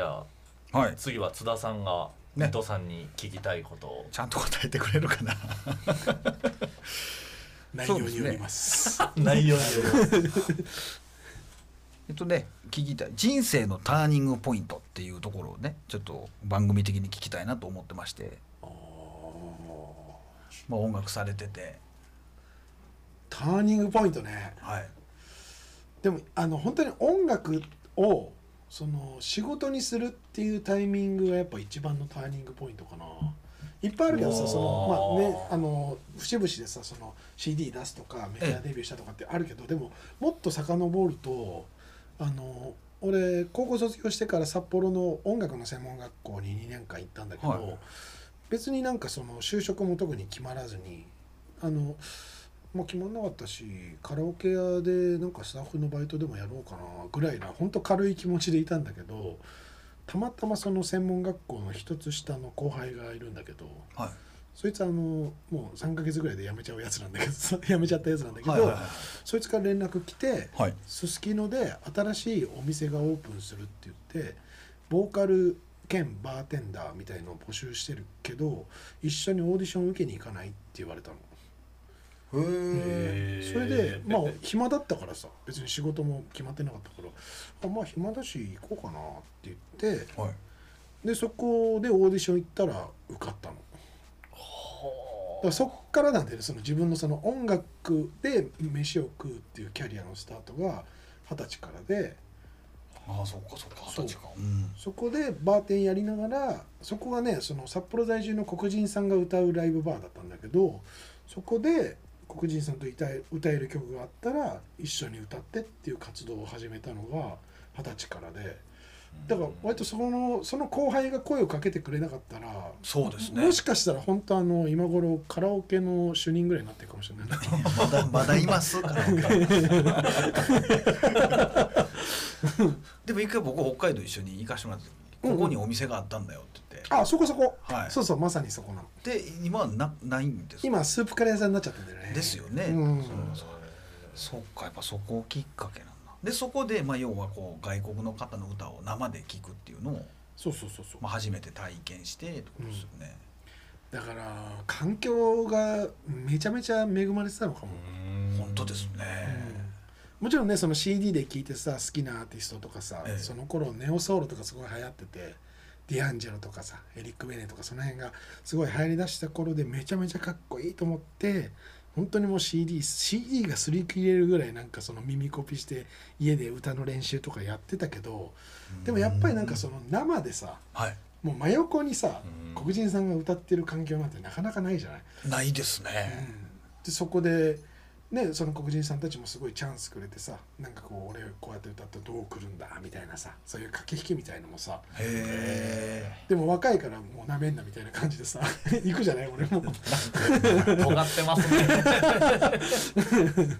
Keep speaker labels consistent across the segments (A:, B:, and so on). A: はい
B: 次は津田さんが伊
A: ね
B: 藤さんに聞きたいことを、
A: ちゃんと答えてくれるかな
C: 内
A: そ
C: 容
A: うで
C: に
A: すね
C: よります。
B: 内容による
A: えっとね聞きたい人生のターニングポイントっていうところをねちょっと番組的に聞きたいなと思ってまして、まあ、音楽されてて
C: ターニングポイントね。
A: はい
C: でもあの本当に音楽をその仕事にするっていうタイミングがやっぱ一番のターニングポイントかな。いっぱいあるけど
B: お
C: さ
B: ー
C: そのまあねあの節々でさその CD 出すとかメディアデビューしたとかってあるけどでももっと遡るとあの俺高校卒業してから札幌の音楽の専門学校に2年間行ったんだけど、
A: はい
C: 別になんかその就職も特に決まらずにあのもう決まんなかったしカラオケ屋でなんかスタッフのバイトでもやろうかなぐらいなほんと軽い気持ちでいたんだけどたまたまその専門学校の一つ下の後輩がいるんだけど
A: はい
C: そいつあのもう3ヶ月ぐらいで辞めちゃうやつなんだけど 辞めちゃったやつなんだけど、
A: はいはいはい
C: そいつから連絡来て
A: はい
C: すすきので新しいお店がオープンするって言ってボーカル兼バーテンダーみたいのを募集してるけど一緒にオーディション受けに行かないって言われたの。
B: へー
C: それでまあ暇だったからさ別に仕事も決まってなかったからあまあ暇だし行こうかなって言って
A: はい
C: でそこでオーディション行ったら受かったの。だからそっからなんだよねその自分のその音楽で飯を食うっていうキャリアのスタートが二十歳からで
A: ああそっかそっか
C: そう
A: 二十歳かうん
C: そこでバーテンやりながらそこがねその札幌在住の黒人さんが歌うライブバーだったんだけどそこで黒人さんと歌え歌える曲があったら一緒に歌ってっていう活動を始めたのが二十歳からでだから割とそこのその後輩が声をかけてくれなかったら
A: そうですね
C: もしかしたら本当あの今頃カラオケの主任ぐらいになってるかもしれ ない
A: まだまだいます からでも一回僕北海道一緒に行かしてもらってここにお店があったんだよって言って、
C: あそこそこ、
A: はい
C: そうそうまさにそこなの
A: で今はなないんですか
C: 今スープカレー屋さんになっちゃったんだよね
A: ですよね、
C: うん
A: そうそうそっかやっぱそこをきっかけなんだでそこで、まあ、要はこう外国の方の歌を生で聴くっていうのを、
C: そうそうそうそう
A: まあ、初めて体験してってことですよね、
C: だから環境がめちゃめちゃ恵まれてたのかも、
A: 本当ですね、
C: もちろんねその CD で聴いてさ好きなアーティストとかさ、
A: ええ
C: その頃ネオソウルとかすごい流行っててディアンジェロとかさエリック・ベネとかその辺がすごい流行りだした頃でめちゃめちゃかっこいいと思って本当にもう CD, CD が擦り切れるぐらいなんかその耳コピして家で歌の練習とかやってたけどでもやっぱりなんかその生でさ
A: はい
C: もう真横にさ
B: うん
C: 黒人さんが歌ってる環境なんてなかなかないじゃない。
A: ないですね、
C: でそこで、ね、その黒人さんたちもすごいチャンスくれてさなんかこう俺こうやって歌ったらどう来るんだみたいなさそういう駆け引きみたいのもさ
A: へえ
C: でも若いからもうなめんなみたいな感じでさ 行くじゃない俺も
B: 尖ってますね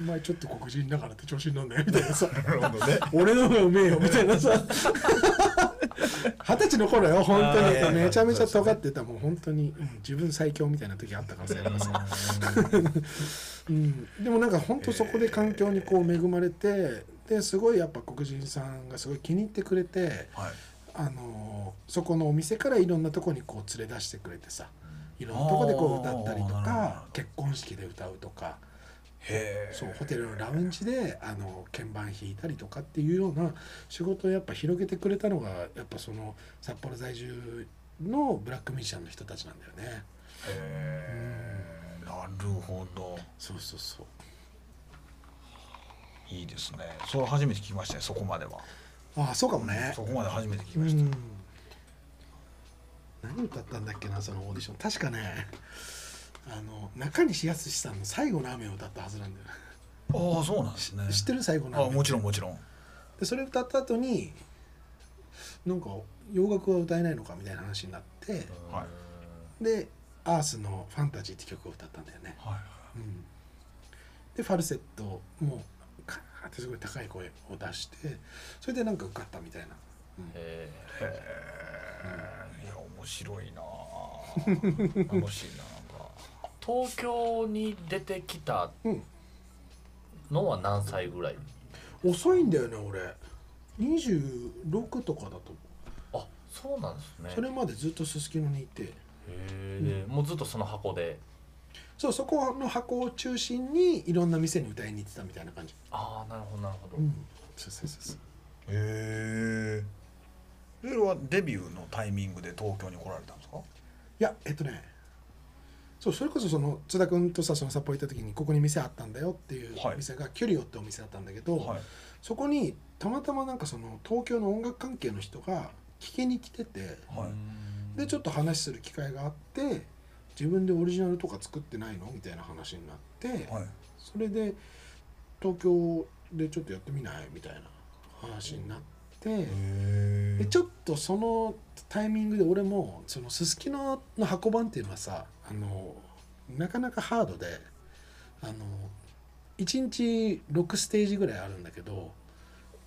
C: お前ちょっと黒人だからって調子に乗んなよみたいなさ
A: なるほどね
C: 俺の方がうめえよみたいなさ二十歳の頃よ本
B: あ
C: 当
B: ー
C: にめちゃめちゃ尖ってたもう本当に、うん自分最強みたいな時あったからさやっぱさ うん、でもなんか本当そこで環境にこう恵まれて、ですごいやっぱ黒人さんがすごい気に入ってくれて、
A: はい
C: あのーそこのお店からいろんなとこにこう連れ出してくれてさいろんなとこでこう歌ったり
A: あーなる
C: と
A: ほどなる
C: か
A: ほど
C: 結婚式で歌うとか
A: へえ
C: そうホテルのラウンジであの鍵盤弾いたりとかっていうような仕事をやっぱ広げてくれたのがやっぱその札幌在住のブラックミュージシャンの人たちなんだよね。
A: へえなるほど
C: そうそうそう
A: いいですねそれ初めて聞きましたねそこまでは
C: ああそうかもね。
A: そこまで初めて聞き
C: う
A: ました、
C: ん何歌ったんだっけなそのオーディション確かねあの中西康さんの「最後の雨」を歌ったはずなんだよ、
A: ああそうなんですね
C: 知ってる最後の
A: あ
C: 雨
A: もちろんもちろん
C: でそれ歌った後になんか洋楽は歌えないのかみたいな話になって
A: はい
C: で「アースのファンタジー」って曲を歌ったんだよね、
A: はい
C: うんでファルセットもカーってすごい高い声を出してそれでなんか受かったみたいな
B: え
A: いや面白いなぁ 楽しいなぁ
B: ー東京に出てきたのは何歳ぐらい
C: 遅いんだよね俺26とかだと思
B: あそうなんです
C: う
B: ね
C: それまでずっとすすきのにいて
B: へえ、もうずっとその箱で
C: そうそこの箱を中心にいろんな店に歌いに行ってたみたいな感じ
B: ああなるほどなるほど、
C: うんそうそうそうそう
A: へえそれはデビューのタイミングで東京に来られたんですか
C: いやえっとねそうそれこそその津田君とさその札幌行った時にここに店あったんだよっていう
A: はい
C: 店が、キュリオってお店だったんだけど、
A: はい
C: そこにたまたまなんかその東京の音楽関係の人が聞きに来てて
A: はい
B: い
C: でちょっと話する機会があって自分でオリジナルとか作ってないのみたいな話になって、
A: はい
C: それで東京でちょっとやってみないみたいな話になって。
A: へ
C: でちょっとそのタイミングで俺もそのすすきのの箱番っていうのはさあのなかなかハードであの1日6ステージぐらいあるんだけど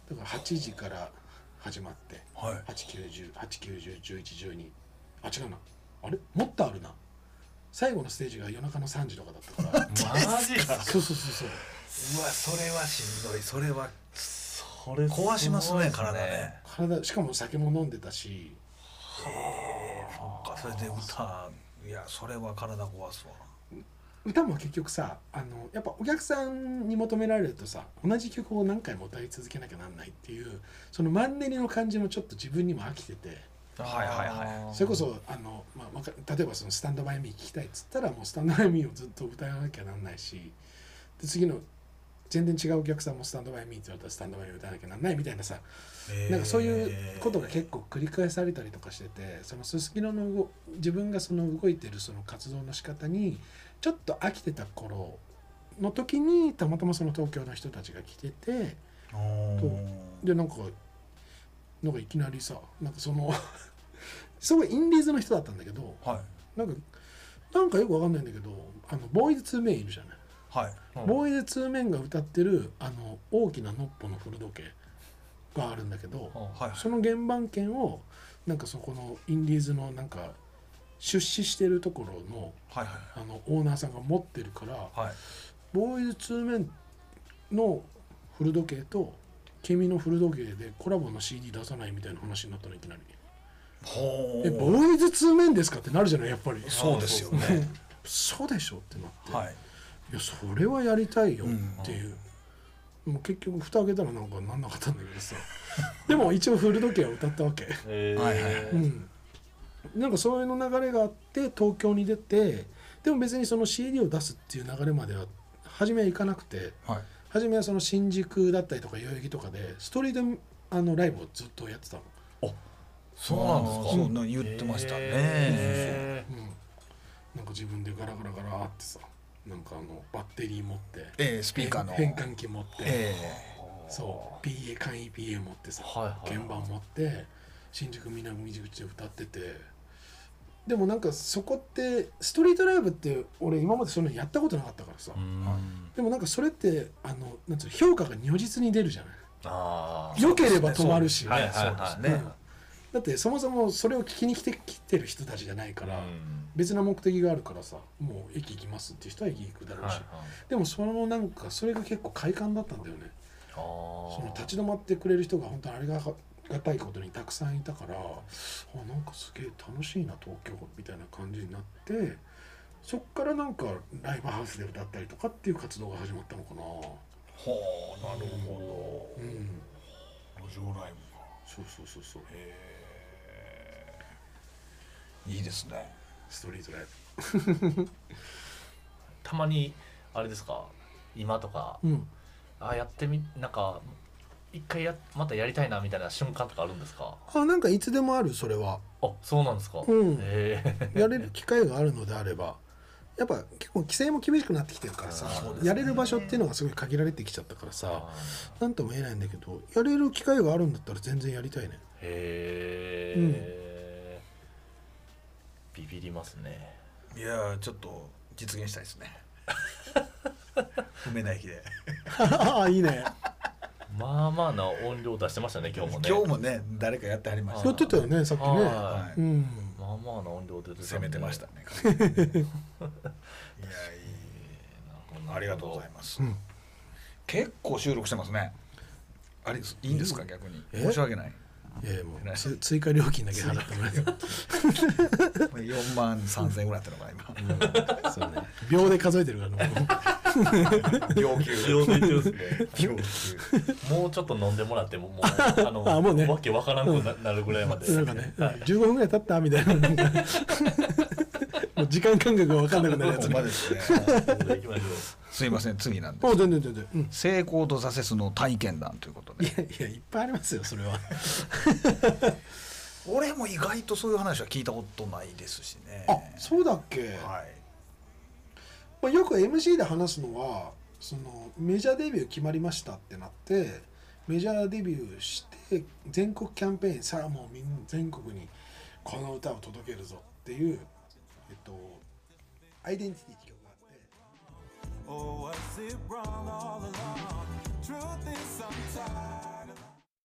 C: だから8時から始まって
A: はい
C: 891011112あ違うなあれもっとあるな最後のステージが夜中の3時とかだったから
B: マジか
C: そうそうそうそう
A: うわそれはしんどいそれは
B: それごい
A: 壊しますね体ね
C: 体しかも酒も飲んでたし
A: そっかそれで歌いやそれは体壊すわ
C: 歌も結局さあのやっぱお客さんに求められるとさ同じ曲を何回も歌い続けなきゃなんないっていうそのマンネリの感じもちょっと自分にも飽きてて
A: はいはいはい
C: それこそあの、まあわか、例えばその「スタンドバイミー」聴きたいっつったらもう「スタンドバイミー」をずっと歌わなきゃなんないしで次の全然違うお客さんも「スタンドバイミー」って言われたら「スタンドバイミー」歌わなきゃなんないみたいなさなんかそういうことが結構繰り返されたりとかしててそのすすきのの動自分がその動いてるその活動の仕方にちょっと飽きてた頃の時にたまたまその東京の人たちが来てて
A: 構
C: でなんかなんかいきなりさなんかその すごいインディーズの人だったんだけど
A: はい
C: なんかなんかよくわかんないんだけどあのボーイズ2メンいるじゃない。
A: はい
B: も
C: ボーイズ2メンが歌ってるあの大きなノッポの古時計があるんだけど。
B: うん
A: はい
C: その原版権をなんかそこのインディーズのなんか出資してるところの
A: はいはい
C: あのオーナーさんが持ってるから
A: はい
C: ボーイズ2面の古時計と君の古時計でコラボの CD 出さないみたいな話になったのいきなり
A: ほ
C: 「
A: う
C: えボーイズ2面ですか?」ってなるじゃないやっぱり
A: そうですよね
C: そうでしょってなって、、
A: はいい
C: やそれはやりたいよっていう、もう結局蓋開けたらなんかなんなかったんだけどさでも一応古時計は歌ったわけ
B: えー
A: はいはい
C: うん、なんかそういうの流れがあって東京に出てでも別にその CD を出すっていう流れまでは初めはいかなくて
A: はい
C: 初めはその新宿だったりとか代々木とかでストリートあのライブをずっとやってたの、
B: そうなんですか
A: あーそうなん言ってましたね
B: え
C: うん、なんか自分でガラガラガラってさなんかあのバッテリー持って
A: えースピーカーの
C: 変換器持って、
A: え
C: そう PA 簡易 PA 持ってさ
B: はいはい
C: 鍵盤持って新宿南口で歌っててでもなんかそこってストリートライブって俺今までそんなのやったことなかったからさ、
B: うん
C: でもなんかそれってあのなんつうの評価が如実に出るじゃない
B: あー
C: 良ければ止まるし、
B: はいはいはい
A: そうですね
C: だってそもそもそれを聞きに来て来てる人たちじゃないから、
B: うん
C: 別な目的があるからさもう駅行きますっていう人は駅行くだろう
B: はい
C: し、
B: はい
C: でもそのなんかそれが結構快感だったんだよね
B: あー
C: その立ち止まってくれる人が本当にありがたいことにたくさんいたからあなんかすげえ楽しいな東京みたいな感じになってそっからなんかライブハウスで歌ったりとかっていう活動が始まったのかな
A: ほうなるほ
C: うん
A: ど路上ライブか
C: そうそうそうそう
A: いいですね
C: ストリートライ
B: たまにあれですか今とか
C: ブうん
B: あやってみなんか一回やまたやりたいなみたいな瞬間とかあるんですか
C: あなんかいつでもあるそれは
B: あそうなんですか、
C: うん
B: えー、
C: やれる機会があるのであればやっぱ結構規制も厳しくなってきてるからさ、
B: あーそうです
A: ね
C: やれる場所っていうのがすごい限られてきちゃったからさ
B: あ
C: なんとも言えないんだけどやれる機会があるんだったら全然やりたいね
B: ー へえ、ビビりますね
A: いやーちょっと実現したいです ね梅田駅で
C: ああいいね
B: まあまあな音量出してましたね今日もね
A: 今日もね誰かやってはりまし
C: や
A: た
C: ってたよねさっきね
B: は
C: う
A: い
C: ん
B: まあまあな音量で出て
A: 攻めてました
B: んで
A: ね 完全にいやいい
B: なるほど
A: ありがとうございます
C: うん
A: 結構収録してますねあれいいんですか逆に
C: え
A: 申し訳ない
C: いやいやもうつ追加料金だけ払ってもらえた
A: 4万3000円ぐらいだったのかな
C: らそうね秒で数えてるからねもう
A: 今要求
B: 秒で言ってますね
A: 要求
B: もうちょっと飲んでもらっても もうあの
C: あもうね
B: わけわからんくななるぐらいまで、
C: なんか ね、15分ぐらい経ったみたいななんかもう時間感覚が分かんなくなるやつ
A: ほん
C: ね
A: まですね
B: 行きましょ
A: すいません次なんで
C: お全然全然、うん、い
A: 成功と挫折の体験談ということで
C: やいやいっぱいありますよそれは
A: 俺も意外とそういう話は聞いたことないですしね
C: あそうだっけ、
A: はい
C: まあ、よく MC で話すのはそのメジャーデビュー決まりましたってなってメジャーデビューして全国キャンペーンさあもうみんな全国にこの歌を届けるぞっていう、えっと、アイデンティティって曲があって。
D: Oh, was it wrong all along?